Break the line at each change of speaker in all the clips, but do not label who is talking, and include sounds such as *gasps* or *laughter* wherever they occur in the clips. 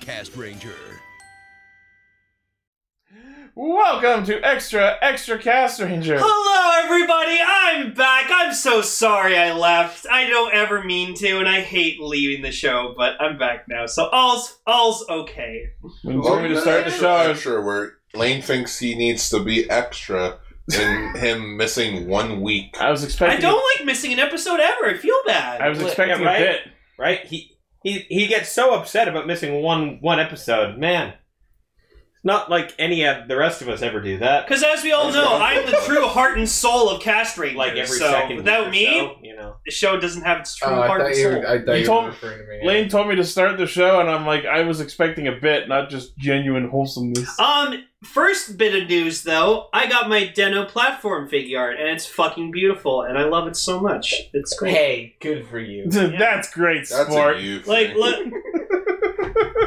Cast Ranger.
Welcome to Extra Extra Cast Ranger.
Hello, everybody. I'm back. I'm so sorry I left. I don't ever mean to, and I hate leaving the show. But I'm back now, so all's all's okay.
Would you want me to start the
Extra,
show?
Extra, where Lane thinks he needs to be extra in *laughs* him missing one week.
I was
I
expecting.
don't like missing an episode ever. I feel bad.
I was
Yeah,
expecting
right?
a bit.
right? He he he gets so upset about missing one one episode. Man, it's not like any of the rest of us ever do that.
Because as we all know, I'm
*laughs*
the true heart and soul of Cast Ranger.
Like every
so
second week
without
or
me,
so, you know.
the show doesn't have its true
Oh, I
heart
thought
and
you
soul.
were, I thought
You
you,
told-
were referring to me.
Lane told me to start the show, and I'm like, I was expecting a bit, not just genuine wholesomeness.
Um, first bit of news though, I got my Deno platform figure art, and it's fucking beautiful, and I love it so much. It's great.
Hey, good for you.
*laughs* That's great
That's
sport.
a you.
Like,
thing. *laughs*
look,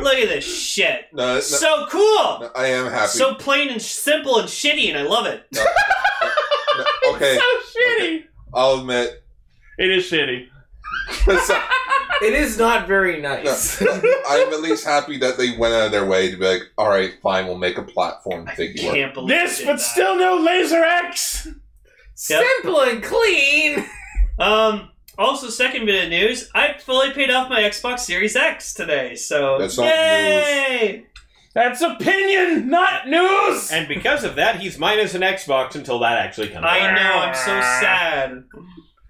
look at this shit.
no, no,
So cool.
no, I am happy.
So plain and sh- simple and shitty, and I love it.
No, no, no, okay,
So shitty.
I'll admit. *laughs*
It is shitty. *laughs*
so-
It is not very
no,
nice.
I'm at least happy that they went out of their way to be like, all right, fine, we'll make a platform figure.
Can't believe I
This,
did
but
that.
still no laser X.
Simple and clean.
*laughs* Um. Also, second bit of news: I fully paid off my Xbox Series X today. So
That's not
yay!
That's opinion, not news.
*laughs* And because of that, he's minus an Xbox until that actually comes.
I
out.
know. I'm so sad.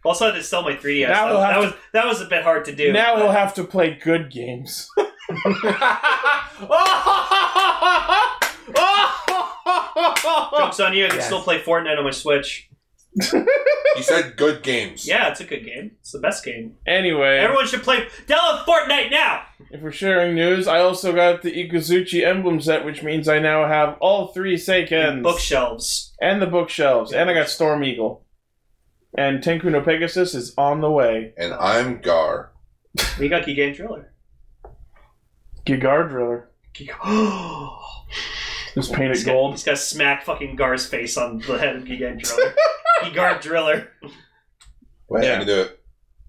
Also, I had to sell my 3DS.
Now
That,
we'll have
that
to-
was that was a bit hard to do.
now
but-
we'll have to play good games. *laughs*
Jokes on you. I can
Yes.
still play Fortnite on my Switch.
You said good games.
Yeah, it's a good game. It's the best game.
Anyway,
Everyone should play. Download Fortnite now.
if we're sharing news, I also got the Ikuzuchi emblem set, which means I now have all three Seikens
Bookshelves.
and the bookshelves, and I got Storm Eagle. And Tenku no Pegasus is on the way.
And I'm Gar.
We got Key Game *gasps* Driller.
Gigar Driller
Giga-
is painted
He's got-
gold.
He's got smack fucking Gar's face on the head of Gigan *laughs* Driller. Gigar Driller.
Wait,
Yeah.
I'm gonna do it.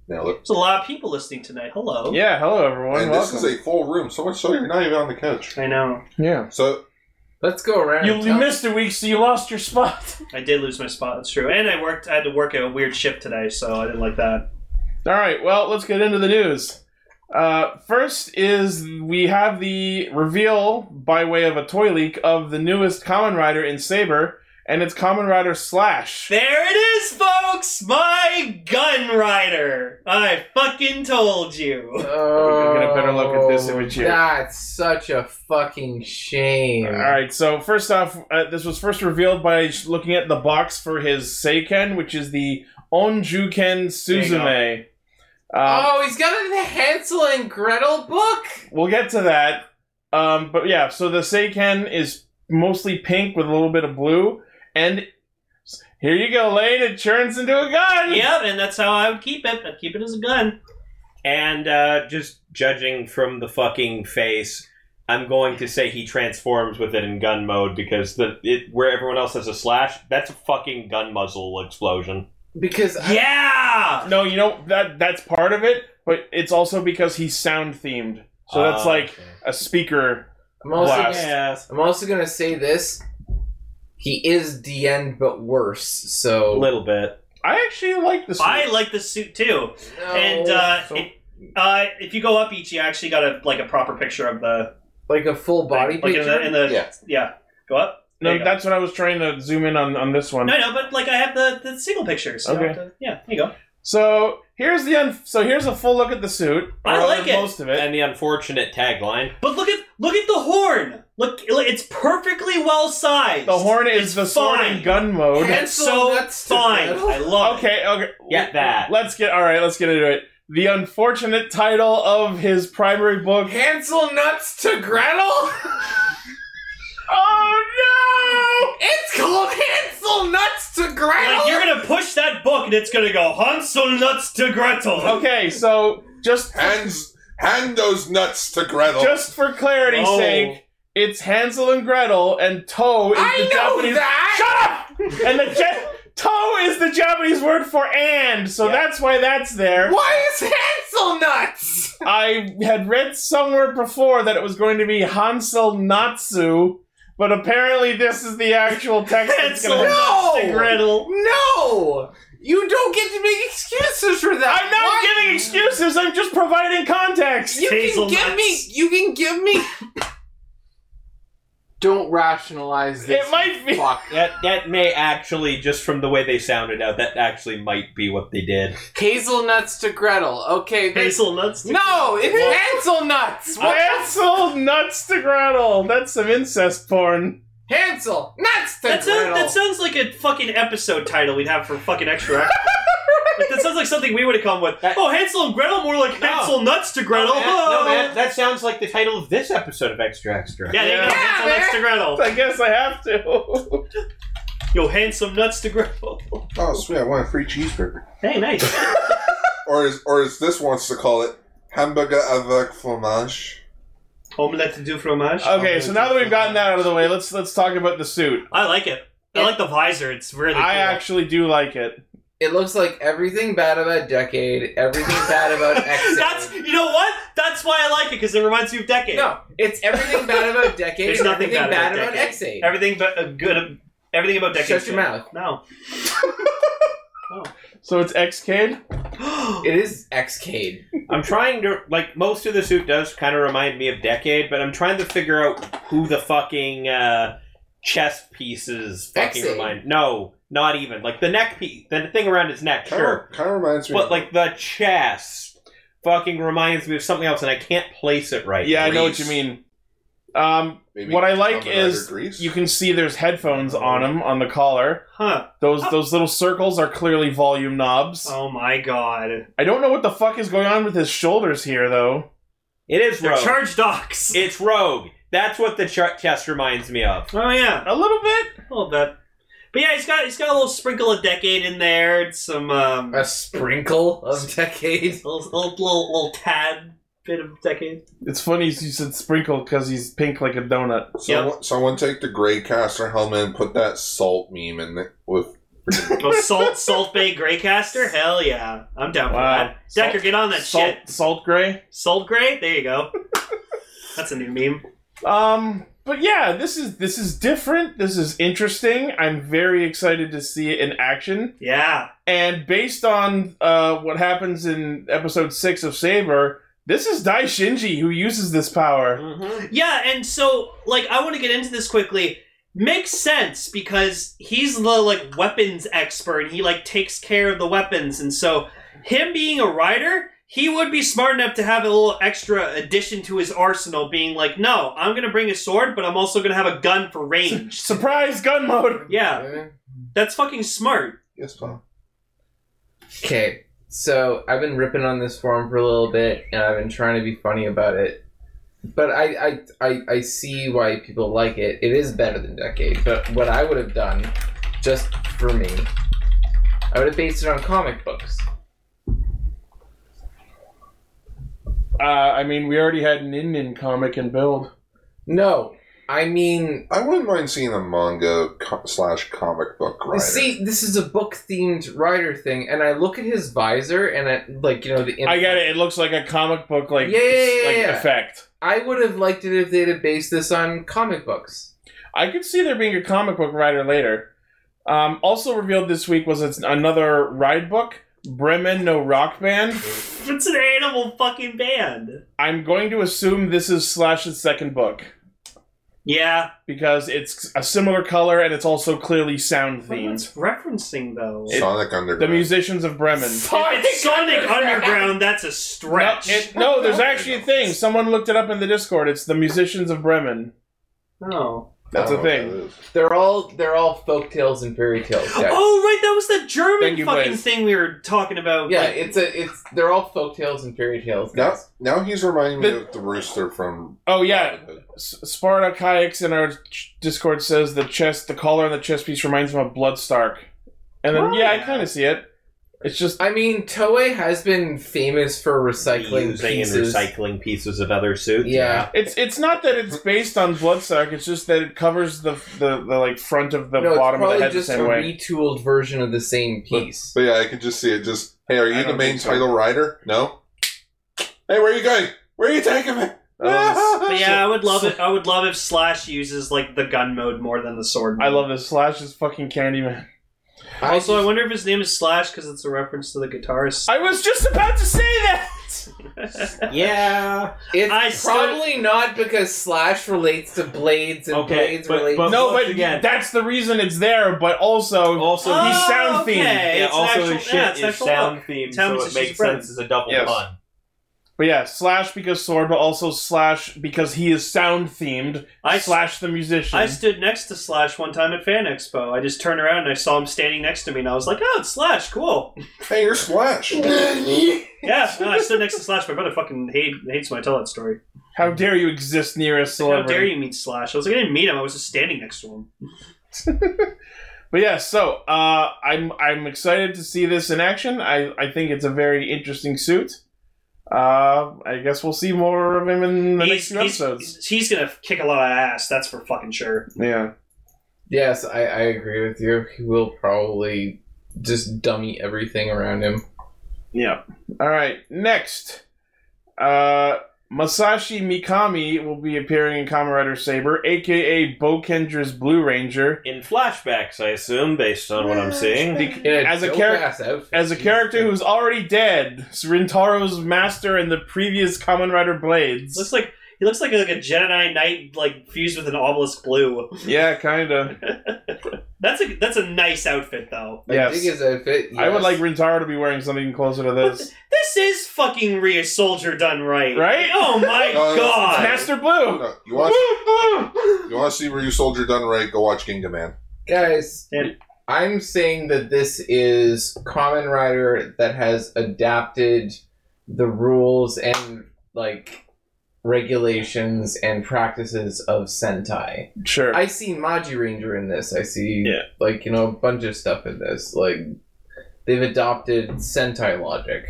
Now look.
There's a lot of people listening tonight. Hello.
Yeah, hello everyone.
And this
Welcome.
is a full room, so much so you're not even on the couch.
I know.
yeah.
So
Let's go around.
You,
and
you
talk.
missed a week, so you lost your spot. *laughs*
I did lose my spot. That's true. And I worked. I had to work a weird shift today, so I didn't like that.
All right, well, let's get into the news. Uh, first is we have the reveal by way of a toy leak of the newest Common Rider in Saber, and it's Common Rider Slash.
There it is, folks! My Gun Rider! I fucking told *laughs* you.
Oh,
We're gonna get a better look at this image here.
That's such a fucking shame.
All right, so first off, uh, this was first revealed by sh- looking at the box for his Seiken, which is the Onjuken Suzume. Uh,
oh, he's got a Hansel and Gretel book.
We'll get to that. Um, but yeah, so the Seiken is mostly pink with a little bit of blue, and here you go, Lane. It turns into a gun.
yep, and that's how I would keep it. I'd keep it as a gun.
And uh, just judging from the fucking face, I'm going to say he transforms with it in gun mode because the it, where everyone else has a slash, that's a fucking gun muzzle explosion.
Because I-
Yeah!
No, you know that that's part of it, but it's also because he's sound themed. So that's
Ah,
Uh,
like
okay.
a speaker.
I'm also
Wow.
gonna-
yeah.
I'm also gonna say this. He is the end, but worse.
A
So
little bit.
I actually like this.
I
one.
like this suit too.
No.
and uh,
so-
it- uh, if you go up each, you actually got a like a proper picture of the
like a full body
like in
picture.
the, in the
Yeah.
yeah. Go up. there
no,
you go.
that's what I was trying to zoom in on on this one.
No, no, but like I have the, the single pictures. so I
Okay.
have to- yeah, there you go.
So here's the un- so here's a full look at the suit.
I
or
like it.
most of it.
And the unfortunate tagline.
But look at look at the horn. Look, look, it's perfectly well sized.
the horn is the sword
fine.
and gun mode.
That's
Pencil
so
nuts to
fine.
fiddle.
I love it.
Okay, okay.
Get that.
Let's get all right. Let's get into it. The unfortunate title of his primary book.
Hansel nuts to Gretel. *laughs*
Oh
it's called Hansel nuts to Gretel.
Like you're gonna push that book and it's gonna go Hansel nuts to Gretel.
no! Okay, so just
hands hand those nuts to Gretel.
just for clarity's
No.
sake, it's Hansel and Gretel, and Toe is
I
the
know
Japanese.
that.
Shut up! And the ja- Toe is the Japanese word for and, so
Yeah.
that's why that's there.
Why is Hansel nuts?
I had read somewhere before that it was going to be Hansel Natsu, but apparently this is the actual text that's
Hansel
going to.
No!
Nuts to Gretel.
No! You don't get to make excuses for that.
I'm not
Why-
giving excuses. I'm just providing context.
You can
Hazelnuts.
give me. You can give me. don't rationalize this.
It might be.
Fuck.
That that may actually just from the way they sounded out, that actually might be what
*laughs*
they did.
Hazelnuts to Gretel. Okay. that's-
Hazelnuts. to-
No, it's Hansel nuts. What?
Hansel nuts to Gretel. That's some incest porn.
Hansel nuts to
That sounds,
Gretel.
that sounds like a fucking episode title we'd have for fucking extra. Act. Like, that sounds like something we would have come with.
That-
oh, Hansel and Gretel, more like
No.
Hansel nuts to Gretel.
No, man, no,
Oh.
man, that sounds like the title of this episode of Extra Extra.
Yeah, there you go.
Yeah,
Hansel
man.
nuts to Gretel.
I guess I have to.
Yo, handsome nuts to Gretel. *laughs*
Oh, sweet! I want a free cheeseburger.
Hey, nice.
Or is or is this wants to call it hamburger avec fromage?
Omelette du fromage.
Okay, so now that we've gotten that out of the way, let's let's talk about the suit.
I like it. I like the visor. It's really.
I
cool.
actually do like it.
it looks like everything bad about Decade, everything bad about Exit.
*laughs* That's you know what? That's why I like it because it reminds me of Decade.
No, it's everything bad about Decade,
There's
and
nothing
everything
bad about
bad about,
Decade.
Exit.
Everything but uh, good. Everything about Decade.
Shut your mouth.
No. *gasps*
So it's Xcade.
It is Xcade.
I'm trying to like most of the suit does kind of remind me of Decade, but I'm trying to figure out who the fucking uh, chest pieces fucking
Exit.
remind. No, not even like the neck piece, the thing around his neck.
Oh.
Sure,
Kind of reminds me.
but like the chest fucking reminds me of something else, and I can't place it right.
Yeah, I know what you
Grease.
mean. Um,
Maybe
what I like
Kamen Rider
is
Grease?
you can see there's headphones on him on the collar.
Huh.
Those those little circles are clearly volume knobs.
Oh my god.
I don't know what the fuck is going on with his shoulders here though.
It is
They're
rogue.
charge docs.
it's rogue. That's what the char- chest reminds me of.
oh yeah,
A little bit.
a little bit. But yeah, he's got he's got a little sprinkle of Decade in there. It's some um,
A sprinkle of Decade.
little, little little little tad bit of Decade.
It's funny you said sprinkle because he's pink like a donut.
someone, someone take the gray caster helmet and put that salt meme in it with.
Oh, salt salt bay graycaster. Hell yeah, I'm down for
Wow.
that. Decker, get on that
salt,
shit.
Salt gray.
Salt gray. There you go. That's a new meme.
Um, but yeah, this is this is different. This is interesting. I'm very excited to see it in action.
Yeah.
And based on uh, what happens in episode six of Saber, this is Dai Shinji who uses this power.
Yeah, and so like I want to get into this quickly. Makes sense because he's the like weapons expert and he like takes care of the weapons and so him being a rider, he would be smart enough to have a little extra addition to his arsenal being like, "No, I'm going to bring a sword, but I'm also going to have a gun for
*laughs*
range."
Surprise gun mode.
yeah, that's fucking smart.
Yes, Paul.
Okay, so I've been ripping on this forum for a little bit, and I've been trying to be funny about it. But I, I, I, I see why people like it. It is better than Decade, but what I would have done, just for me, I would have based it on comic books.
Uh, I mean, we already had an Indian comic and build.
No, I mean,
I wouldn't mind seeing a manga co- slash comic book writer.
see, this is a book-themed writer thing, and I look at his visor, and I, like, you know, the.
I get it. It looks like a comic book like
Yeah, yeah, yeah,
like
yeah.
effect.
I would have liked it if they'd have based this on comic books.
I could see there being a comic book writer later. Um, also revealed this week was it's another ride book, Bremen No Rock Band.
It's an animal fucking band.
I'm going to assume this is Slash's second book
Yeah.
because it's a similar color and it's also clearly sound
What it's
themed.
referencing though.
It-
Sonic Underground.
The musicians of Bremen.
If it's Sonic Underground, that's a
No,
stretch.
it- no, there's actually a thing. Someone looked it up in the Discord. It's the musicians of Bremen.
no.
That's
I
a
don't know
thing.
what that Oh, is.
They're all they're all folk tales and fairy tales. Yeah.
Oh right, that was the German
Thank you,
fucking
Blaze.
thing we were talking about.
Yeah,
Like,
it's a it's they're all folk tales and fairy tales.
Now,
guys.
now he's reminding me
The-
of the rooster from.
Oh yeah,
Robin Hood.
S- Sparta Kayaks in our ch- Discord says the chest, the collar on the chest piece reminds him of Bloodstark. And then,
Oh,
yeah, I
yeah.
kind of see it. It's just
I mean, Toei has been famous for recycling
Reusing
pieces.
and recycling pieces of other suits.
Yeah.
it's it's not that it's based on Bloodstock. It's just that it covers the the, the like front of the
no, it's
bottom of
probably
the head the
just
same
a
way.
retooled version of the same piece.
But yeah, I could just see it. Just hey, are
I
you the
don't
main
think so.
title writer? No. Hey, where are you going? Where are you taking me?
Oh,
But yeah, I would love it. I would love if Slash uses like the gun mode more than the sword. Mode.
I love this. Slash is fucking Candyman.
I
Also, I
just-
wonder if his name is Slash because it's a reference to the guitarist.
I was just about to say that.
Yeah.
it's
I still-
probably not because Slash relates to Blades and
Okay,
Blades
but-
relates.
but-
no,
once
but
again-
that's the reason it's there. But also,
*laughs* Also,
Oh,
he's
he's sound
okay.
themed.
yeah,
it's an
also
actual,
his shit
yeah, it's an
is
actual
sound
look.
themed,
Tell him it's
so it
just
makes
spread.
sense as a double
Yes.
pun.
but yeah, Slash because sword, but also Slash because he is sound themed.
I s-
Slash the musician.
I stood next to Slash one time at Fan Expo. I just turned around and I saw him standing next to me, and I was like, "Oh, it's Slash! Cool."
Hey, you're Slash.
*laughs* Yeah, no, I stood next to Slash. My brother fucking hate, hates when I tell that story.
How dare you exist near a
He's like,
celebrity?
How dare you meet Slash? I was like, I didn't meet him. I was just standing next to him.
But yeah, so uh, I'm I'm excited to see this in action. I, I think it's a very interesting suit. Uh, I guess we'll see more of him in the next
he's,
few
he's,
episodes.
he's gonna kick a lot of ass. That's for fucking sure.
yeah,
yes, I, I agree with you. He will probably just dummy everything around him.
yeah. All right, next, uh, Masashi Mikami will be appearing in Kamen Rider Saber, aka Bokendra's Blue Ranger,
In flashbacks, I assume, based on what I'm seeing.
Bec-
In
As a
dope
charac-
ass outfit.
as a character who's already dead, Rintaro's master in the previous Kamen Rider Blades.
Looks like he looks like a, like a Jedi Knight, like fused with an obelisk blue.
yeah, kinda.
That's a that's a nice outfit though.
I
yes.
dig his outfit.
I would
yes.
like Rintaro to be wearing something closer to this.
*laughs*
This is fucking Rhea Soldier done right.
Right?
Oh my
*laughs* Oh, it's
god.
Master Blue.
No, you want you want to see Ryu Soldier done right? Go watch Kingdom Man.
Guys,
And-
I'm saying that this is Common Rider that has adapted the rules and like regulations and practices of Sentai.
*laughs* Sure.
I see Maji Ranger in this. I see
Yeah.
like you know a bunch of stuff in this. Like they've adopted Sentai logic,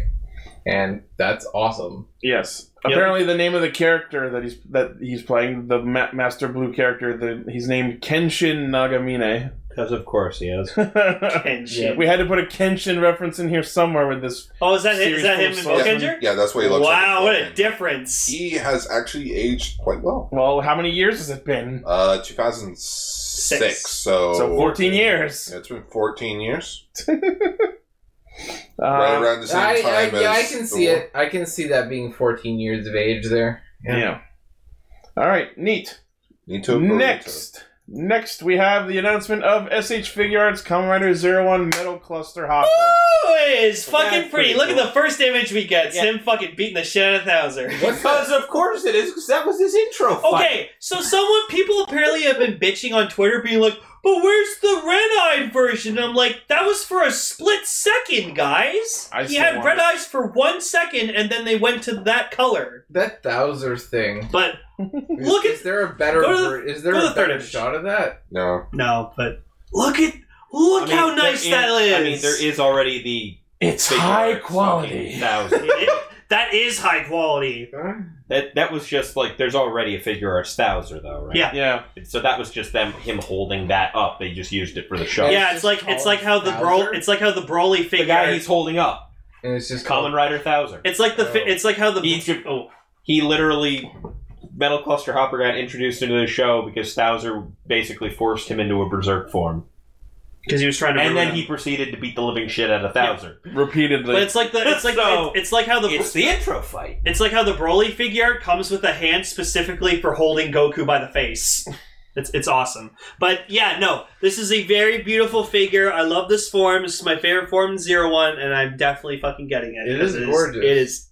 and that's awesome.
yes.
Yep.
Apparently, the name of the character that he's that he's playing, the Ma- Master Blue character, the, he's named Kenshin Nagamine. *laughs*
Because, of course, he is.
And shit.
we had to put a Kenshin reference in here somewhere with this.
Oh, is that him,
Series
is that
full
him
of
in
swords.
Bokenger?
Yeah, that's what he looks like.
Wow, what a difference.
He has actually aged quite well.
Well, how many years has it been?
Uh, 2006.
Six.
So,
so 14 years.
Yeah, it's been 14 years. right
Uh,
around the same
I, I,
time as
yeah, I can
the
see
war.
it. I can see that being 14 years of age there.
Uh, yeah. All right. Neat.
Need to approve it.
Next. Next, we have the announcement of SH Figure Arts Kamen Rider Zero One Metal Cluster Hopper.
Oh, it is fucking
That's
pretty.
pretty
Look
cool.
at the first image we get. It's
Yeah.
him fucking beating the shit out of Thouser.
Because, of course, it is, because that was his intro.
Okay, so someone people apparently have been bitching on Twitter, being like, "But where's the red-eyed version?" And I'm like, "That was for a split second, guys.
I
he
still
had
want
red
it."
eyes for one second, and then they went to that color."
That Thouser thing.
But
Is-
Look at-
is there a better
go to the-
ver- is there
go to
a
the third
better
image.
shot of that?
No.
no, but look at look
I mean,
how
there
nice
is-
that is.
I mean, there is already the
It's
figure
high
of fucking
quality.
Thousand.
*laughs* It- that is high quality.
that that was just like there's already a figure arts Thouser though, right?
Yeah.
Yeah.
So that was just them him holding that up. They just used it for the show.
It's
yeah, it's
just
like
called
it's like how the bro
Bowser?
it's like how the Broly
The
figure.
guy he's holding up,
And it's just
Common Rider Thouser.
it's like the fi-
Oh.
it's like how the
He should-
oh
He literally Metal Cluster Hopper got introduced into the show because Thouser basically forced him into a berserk form,
because he was trying to
and
ruin
then
him.
he proceeded to beat the living shit out of Thouser.
Repeatedly.
But it's like the it's like
*laughs* So-
it's, it's like how the
It's the intro fight.
It's like how the Broly figure art comes with a hand specifically for holding Goku by the
*laughs*
face. It's, it's awesome. But yeah, no, this is a very beautiful figure. I love this form. This is my favorite form in Zero One, and I'm definitely fucking getting it.
It
'cause
is gorgeous.
It is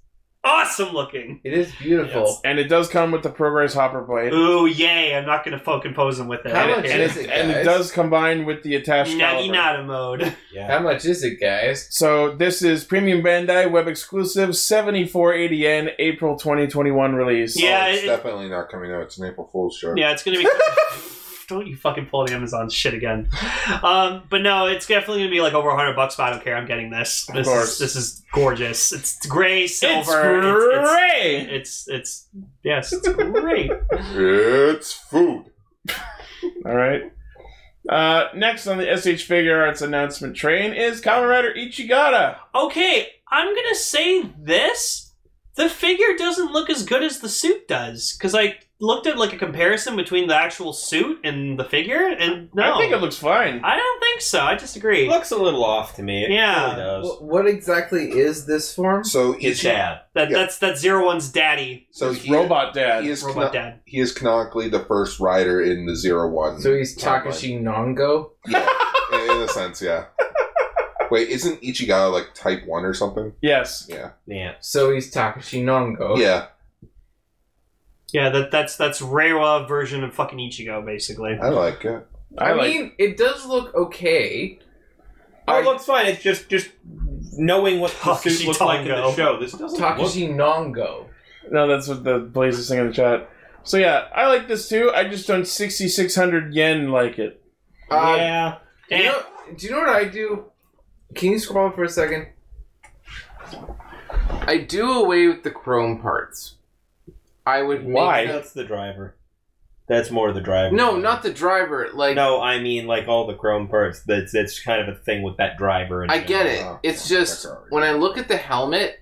awesome looking.
It is beautiful.
and it does come with the Progress Hopper blade.
Ooh, yay. I'm not going to fucking pose him with it.
How
and,
much
and
is it,
and it
guys?
does combine with the attached
Nagi
caliber.
Nada mode.
Yeah.
How much is it, guys?
So this is Premium Bandai web exclusive, seventy four eighty yen, April twenty twenty one release.
Yeah,
Oh, it's
*laughs*
it- *laughs*
definitely not coming out. It's an April Fool's joke.
Yeah, it's going to be. don't you fucking pull the Amazon shit again. Um, but no, it's definitely gonna be like over hundred bucks. But I don't care. I'm getting this. This is
course.
this is gorgeous. It's gray
It's
silver. It's
great.
it's, it's, it's yes,
*laughs*
it's great.
It's food.
All right. Uh, next on the SH Figure Arts announcement train is Kamen Rider Ichigata.
Okay, I'm gonna say this. The figure doesn't look as good as the suit does because I looked at like a comparison between the actual suit and the figure, and no,
I think it looks fine.
I don't think so. I disagree.
It looks a little off to me. It
Yeah.
really does.
Wh- what exactly is this form?
So
His
he's
dad.
that
yeah.
that's that's zero one's daddy,
so
It's
he,
Robot Dad.
He is
robot
cano-
dad.
he is canonically the first rider in the zero one.
So he's Takashi Nongo.
yeah, in, in a sense, yeah. Wait, isn't Ichigo like type one or something?
yes.
Yeah.
So he's Takashi Nongo.
Yeah,
Yeah, that that's that's Reiwa version of fucking Ichigo, basically.
I like it.
I,
I,
like
mean, it does look okay.
Oh,
I-
it looks fine. It's just just knowing what the
Takashi
suit looks like in the
Tango.
show. This doesn't look
Takashi Nongo.
No, that's what the Blaze is saying in the chat. So yeah, I like this too. I just don't sixty six hundred yen like it.
Uh,
yeah.
do, you know, do you know what I do? Can you scroll for a second? I do away with the chrome parts. I would make
Why?
them-
That's the driver. That's more the driver.
No, not the driver. Like
No, I mean like all the chrome parts. That's that's kind of a thing with that driver. in
I get
general.
it.
Oh,
It's
yeah,
just
that's alright.
when I look at the helmet,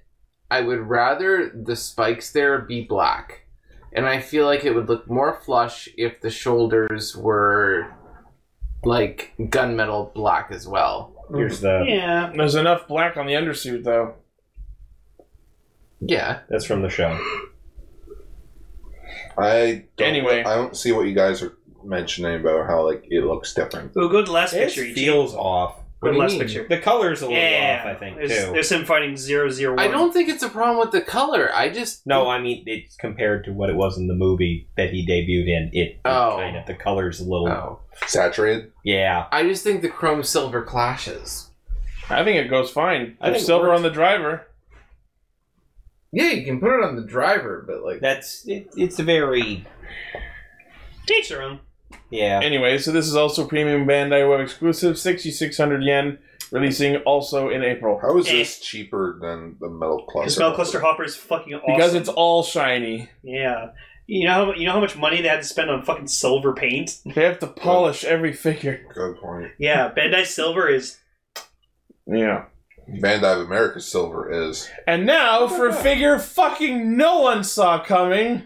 I would rather the spikes there be black. And I feel like it would look more flush if the shoulders were like gunmetal black as well.
Here's the.
Yeah,
There's enough black on the undersuit though.
Yeah.
That's from the show.
I don't,
Anyway.
I don't see what you guys are mentioning about how like it looks different.
Ooh, go to the last
It
picture. Ichi.
feels off.
go to
What do
the
you
last
mean?
picture.
The color's a little
Yeah,
off. I think
there's,
too.
There's him fighting zero zero one.
I don't think it's a problem with the color. I just
No, I mean it's compared to what it was in the movie that he debuted in. It, it
Oh.
kind of the color's a little.
Oh.
Saturated.
Yeah.
I just think the chrome silver clashes.
I think it goes fine.
I
There's
think it
silver
works.
on the driver.
Yeah, you can put it on the driver, but like
That's it, it's a very
teach their own.
yeah.
Anyway, so this is also premium Bandai web exclusive, sixty six hundred yen, releasing also in April.
How is
Eh.
this cheaper than the metal cluster?
Because Mel Cluster Hopper is fucking awesome.
Because it's all shiny.
yeah. You know, how- you know how much money they had to spend on fucking silver paint.
They have to polish every figure.
Good point.
Yeah, Bandai Silver is
Yeah.
Bandai of America Silver is.
And now for a figure fucking no one saw coming.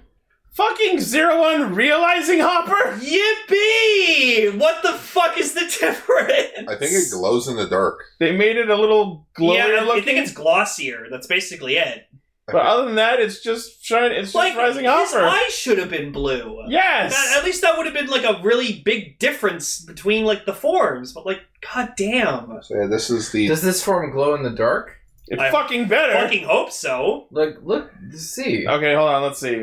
Fucking Zero One realizing Hopper?
yippee! What the fuck is the *laughs* difference?
I think it glows in the dark.
They made it a little glowier
yeah, I
looking.
think it's glossier. That's basically it.
but other than that, it's just shine. It's just
Like
rising
his
Hopper.
eye should have been blue.
yes.
That- at least that would have been like a really big difference between like the forms. But like, god damn,
So yeah, this is the
does this form glow in the dark?
It
I-
fucking better.
fucking hope so.
Like look see.
Okay, hold on. Let's see.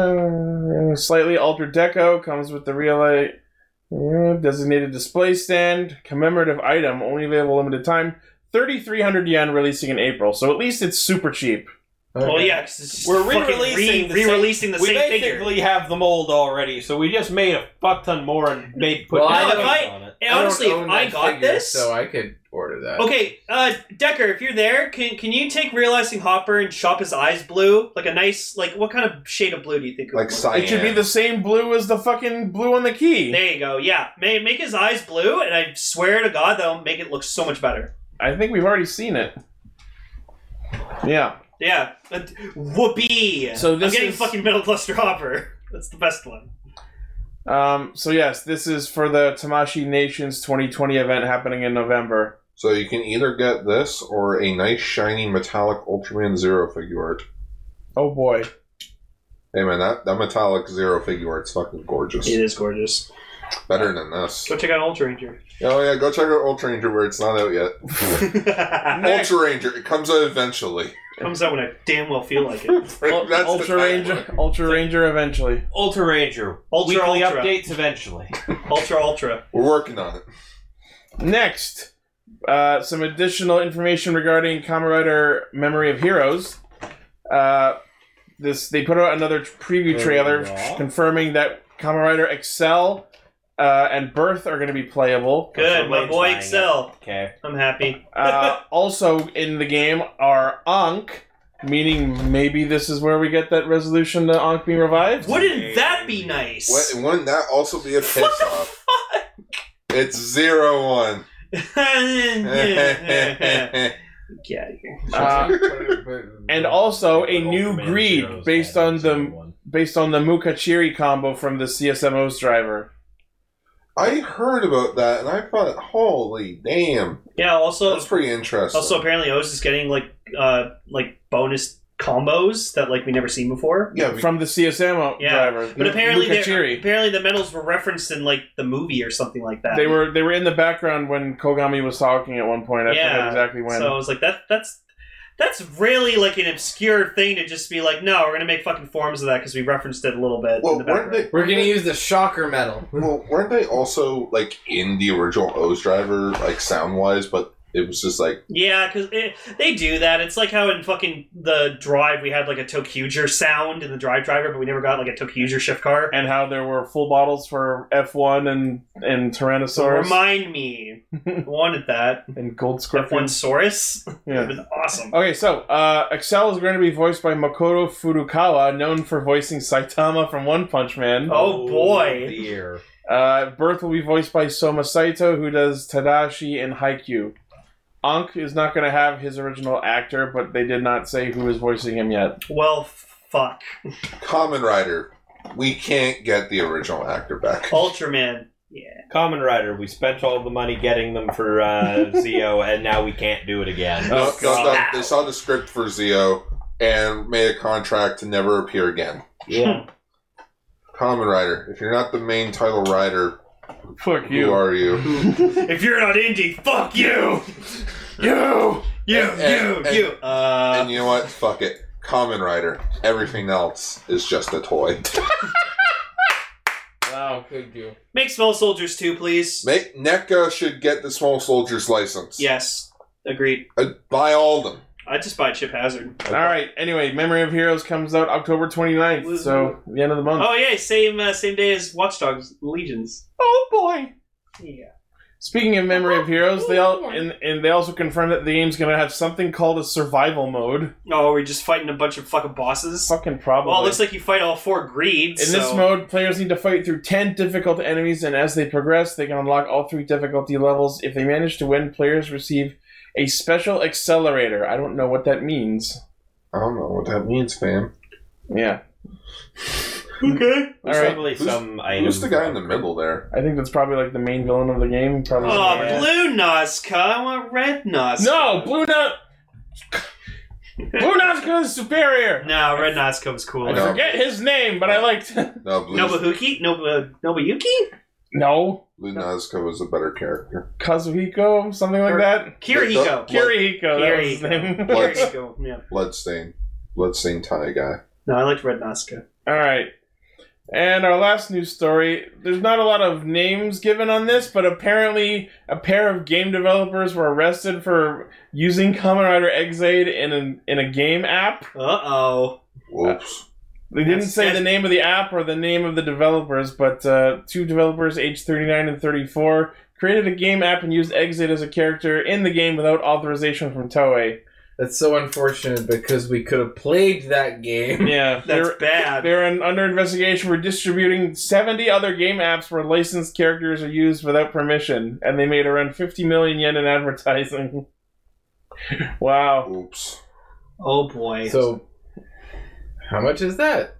Uh, slightly altered deco comes with the real uh, designated display stand commemorative item only available limited time. Thirty three hundred yen releasing in April. So at least it's super cheap.
Well,
Okay.
yeah, 'cause it's just
We're
fucking
re-releasing the
re- re-releasing the
we
same, figure.
basically have the mold already, so we just made a fuck ton more and made put
Well,
more
I don't-
names
I-
on it.
And
don't
honestly, if
own
I
that
got
figure,
this,
so I could order that.
okay, uh, Decker, if you're there, can can you take realizing Hopper and shop his eyes blue, like a nice, like what kind of shade of blue do you think? it
like
would
cyan.
It should be the same blue as the fucking blue on the key.
look? There you go. Yeah, May, make his eyes blue, and I swear to God, that'll make it look so much better.
I think we've already seen it. Yeah.
Yeah, and- whoopee.
So this
I'm getting
is-
fucking middle cluster Hopper. *laughs* That's the best one.
Um, so yes, this is for the Tamashi Nations 2020 event happening in November.
So you can either get this or a nice shiny metallic Ultraman Zero figure art.
Oh boy.
Hey man, that, that metallic Zero figure art's fucking gorgeous.
is gorgeous.
Better than this.
Go check out Ultra *laughs* Ranger.
Oh yeah, go check out Ultra Ranger where it's not out yet.
Next.
Ultra Ranger, it comes out eventually. *laughs*
Comes out when I damn well feel like it.
Ul-
That's the
Ultra
timeline.
Ranger Ultra Ranger eventually.
Ultra Ranger.
*laughs* Ultra,
Weekly
Ultra.
updates eventually.
Ultra Ultra.
We're working on it.
Next, uh, some additional information regarding Kamen Rider Memory of Heroes. Uh, this they put out another preview
There
trailer
we are.
confirming that Kamen Rider Excel uh, and Birth are going to be playable.
Good, my
Lane's
boy
buying it.
Excel.
Okay.
I'm happy.
Uh, also in the game are Ankh, meaning maybe this is where we get that resolution to Ankh being revived.
Wouldn't that be nice?
What, wouldn't that also be a piss
*laughs* What the
off? It's zero one.
*laughs* yeah.
*laughs*
Uh, and also a new
Ultraman
greed
Zero's
based
added
on
to
the
one.
based on the Mukachiri combo from the CSMO's driver.
*laughs* I heard about that and I thought, holy damn,
Yeah. Also,
that's pretty interesting.
also apparently O's is getting like uh like bonus combos that like we never seen before.
yeah, we-
From the CSMO
Yeah,
driver.
But
Mu-
apparently, they're-
Mukachiri.
apparently the medals were referenced in like the movie or something like that.
They were they were in the background when Kogami was talking at one point. I
Yeah,
forget exactly when.
So I was like, that that's that's really like an obscure thing to just be like, no, we're gonna make fucking forms of that because we referenced it a little bit. in
well,
the
weren't
background.
they?
We're gonna use the shocker *laughs* metal.
*laughs* Well, weren't they also like in the original O's driver, like sound wise, but it was just like
Yeah, because they do that. It's like how in fucking the drive we had like a Tokuger sound in the drive driver, but we never got like a Tokuger shift car.
and how there were full bottles for F1 and and Tyrannosaurus *laughs*
Remind me, I wanted that
and Gold
F
Scorpion.
one Saurus.
Yeah.
That'd been awesome.
Okay, so uh, Excel is going to be voiced by Makoto Furukawa, known for voicing Saitama from One Punch Man.
Oh, boy.
Dear.
Uh, Birth will be voiced by Soma Saito, who does Tadashi in Haikyuu. Ankh is not going to have his original actor, but they did not say who is voicing him yet.
Well, fuck,
Common Rider. We can't get the original actor
Oh,
back.
Ultraman.
Common Rider, we spent all the money getting them for uh, *laughs* Zio, and now we can't do it again.
No,
Oh,
no, no,
God.
they saw the script for Zio and made a contract to never appear again.
Yeah.
Common Rider. If you're not the main title rider,
Fuck
who
you.
are you?
If you're not indie, fuck you,
You!
you, you,
And- and-
you. Uh,
and you know what? Fuck it. Common Rider. Everything else is just a toy.
Wow, could you?
make Small Soldiers too, please.
Make NECA should get the small soldiers license.
Yes, agreed.
Uh, buy all of them.
I just buy Chip Hazard.
All right, anyway, Memory of Heroes comes out October 29th, so the end of the month.
Oh yeah, same uh, same day as Watch Dogs Legions.
oh boy!
Yeah.
Speaking of Memory of Heroes, they all and, and they also confirmed that the game's gonna have something called a survival mode.
Oh, we're just fighting a bunch of fucking bosses.
Fucking probably.
Well, it looks like you fight all four greeds.
in this
so-
mode, players need to fight through ten difficult enemies, and as they progress, they can unlock all three difficulty levels. If they manage to win, players receive a special accelerator. I don't know what that means.
I don't know what that means, fam.
Yeah,
Okay.
all right.
Probably
Who's-
some item.
Who's the guy in the middle there?
I think that's probably like the main villain of the game. Probably.
Oh,
Yeah.
blue Nazca. I want red Nazca.
no, Blue Nut. Blue Nazca is superior.
No, red Nazca was cool.
I
No.
forget his name, but I liked.
No, Blue,
Nobuhuki? Nobu- uh, Nobuyuki?
no,
Blue Nazca was a better character.
Kazuhiko, something like
Or-
that.
Kirihiko.
Blood-
Kirihiko, that was his name.
Blood-
Kirihiko, yeah.
Bloodstain. Bloodstain tie guy.
No, I liked red Nazca.
*laughs* All right. And our last news story. There's not a lot of names given on this, but apparently a pair of game developers were arrested for using Kamen Rider Exade in a, in a game app.
Uh-oh.
Whoops.
They didn't
That's-
say the
that's-
name of the app or the name of the developers, but uh, two developers, aged 39 and 34, created a game app and used Exade as a character in the game without authorization from Toei.
That's so unfortunate because we could have played that game.
Yeah,
*laughs* That's
they're-
bad.
They're in, under investigation for distributing 70 other game apps where licensed characters are used without permission, and they made around 50 million yen in advertising. *laughs* wow.
Oops.
Oh, boy.
*laughs* So, how much is that?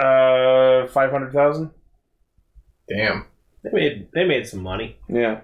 Uh, 500,000?
Damn.
They made, they made some money.
Yeah.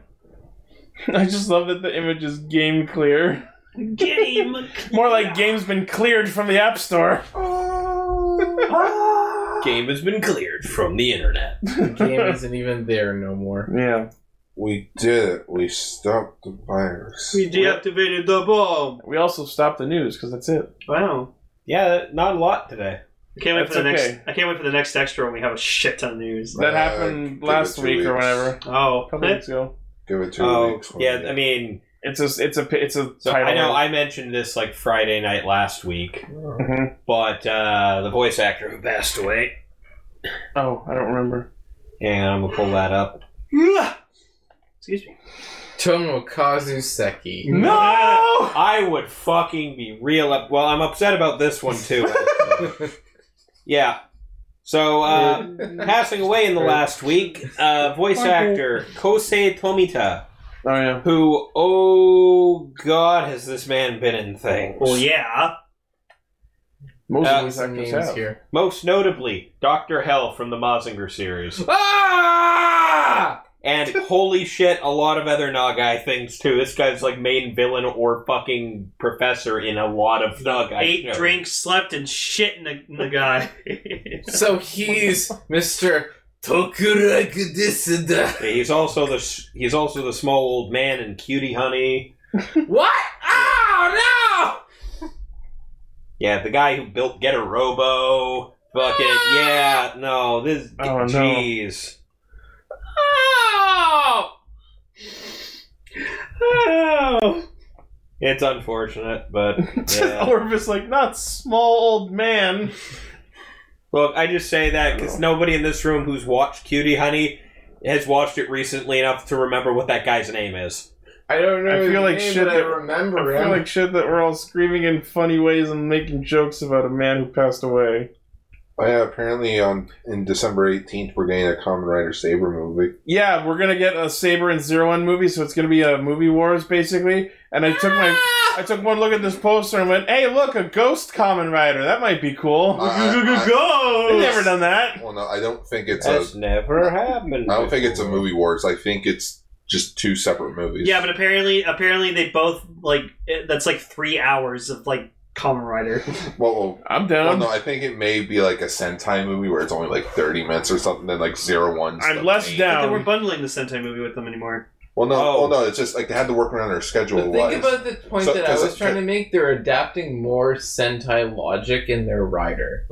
*laughs* I just love that the image is game clear. *laughs*
Game.
More like game's been cleared from the App Store.
Ah!
Game has been cleared from the internet.
*laughs* The game isn't even there no *laughs* more.
Yeah.
We did it. We stopped the virus.
We deactivated the bomb.
We also stopped the news because that's it.
Wow.
Yeah, not a lot today.
I can't wait
That's
for the
okay.
next. I can't wait for the next extra when we have a shit ton of news.
That
Uh,
happened
give it
last
two
week or
weeks.
whenever.
Oh,
A couple
*laughs*
weeks ago.
Give it two
Oh,
weeks.
yeah. I mean,
It's a it's a it's a
so
title.
I know I mentioned this like Friday night last week,
Mhm.
but uh, the voice actor who passed away.
Oh, I don't remember.
And I'm gonna pull that up.
Excuse me.
Tomo *laughs* Kazuseki.
No!
I would fucking be real up. Well, I'm upset about this one
*laughs*
too. yeah. So, uh, passing away in the last week, uh, voice actor Kosei Tomita,
Oh yeah.
who, oh god, has this man been in things?
Well, yeah.
Most
Uh,
of these
Some
actors
names
*laughs* have.
here.
Most notably, Dr. Hell from the Mazinger series.
Ah!
And holy shit, a lot of other Nagai things too. This guy's like main villain or fucking professor in a lot of Nagai.
Ate,
shows.
drank, slept, and shit in the, in the guy.
So he's Mr. Tokura Gudisada.
He's also the s- he's also the small old man in Cutie Honey.
What? Oh
Yeah, the guy who built Get a Robo. Fuck it. Yeah, no, this.
Oh, no.
Jeez.
no! Oh!
oh.
It's unfortunate, but yeah.
Orvis like not small old man.
look, I just say that because nobody in this room who's watched Cutie Honey has watched it recently enough to remember what that guy's name is.
I don't know.
I feel
his
like
name,
shit
But I
that- I
remember
feel
him.
like shit that we're all screaming in funny ways and making jokes about a man who passed away.
Oh, yeah, apparently on in December 18th, we're getting a Common Rider Saber movie.
Yeah, we're gonna get a Saber and Zero One movie, so it's gonna be a movie wars basically. And I took my I took one look at this poster and went, "Hey, look, a ghost common rider. That might be cool."
I-
*laughs* I've
Go!
never done that.
Well, no, I don't think it's
That's
a.
never happened.
I don't think it's a
before.
movie wars. I think it's just two separate movies.
Yeah, but apparently, apparently they both like it- that's like three hours of like Kamen Rider.
well, well,
I'm
well,
down.
no, I think it may be like a Sentai movie where it's only like 30 minutes or something, then like zero ones.
I'm
the
less
main-
But they
down.
weren't bundling the Sentai movie with them anymore.
Well, no,
Oh.
well, no, it's just like they had to work around their schedule.
But think
wise.
about the point
So-
that I
'cause
was
it-
trying to make. They're adapting more Sentai logic in their rider.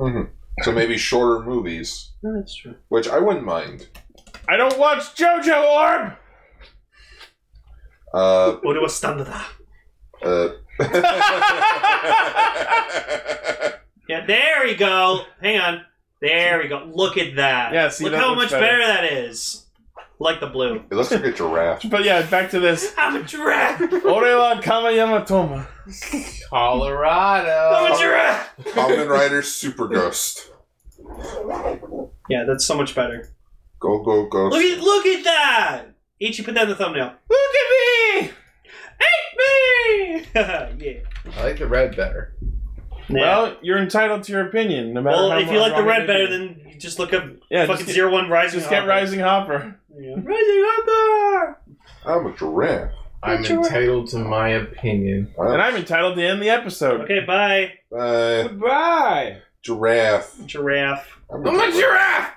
so maybe shorter movies,
No, that's true.
which I wouldn't mind.
I don't watch JoJo Orb.
Uh,
Odo wa standada.
uh, *laughs*
Yeah, there we go. Hang on. There we go. Look at that.
Yeah, see,
Look
that
how
looks
much
better.
better. that is. Like the blue.
it looks like a giraffe.
But yeah, back to *laughs* this.
*laughs* I'm a giraffe.
Orela Kamayama Toma.
Colorado.
I'm a giraffe.
Common Rider Super Ghost.
Yeah, that's so much better.
Go, go, go.
Look at look at that. Ichi, put that in the thumbnail.
Look at me!
Me. *laughs* yeah.
I like the red better.
Well,
Well, you're entitled to your opinion, no matter
well
how
if you like the
wrong
red
it
better,
is.
then you just look up
yeah,
fucking
just get,
zero one rising.
just get
Hopper.
Rising Hopper.
Yeah. Rising Hopper.
I'm a giraffe.
I'm entitled to my opinion.
Wow.
And I'm entitled to end the episode.
Okay, bye.
Uh,
Goodbye.
giraffe.
Giraffe.
I'm
I'm a giraffe.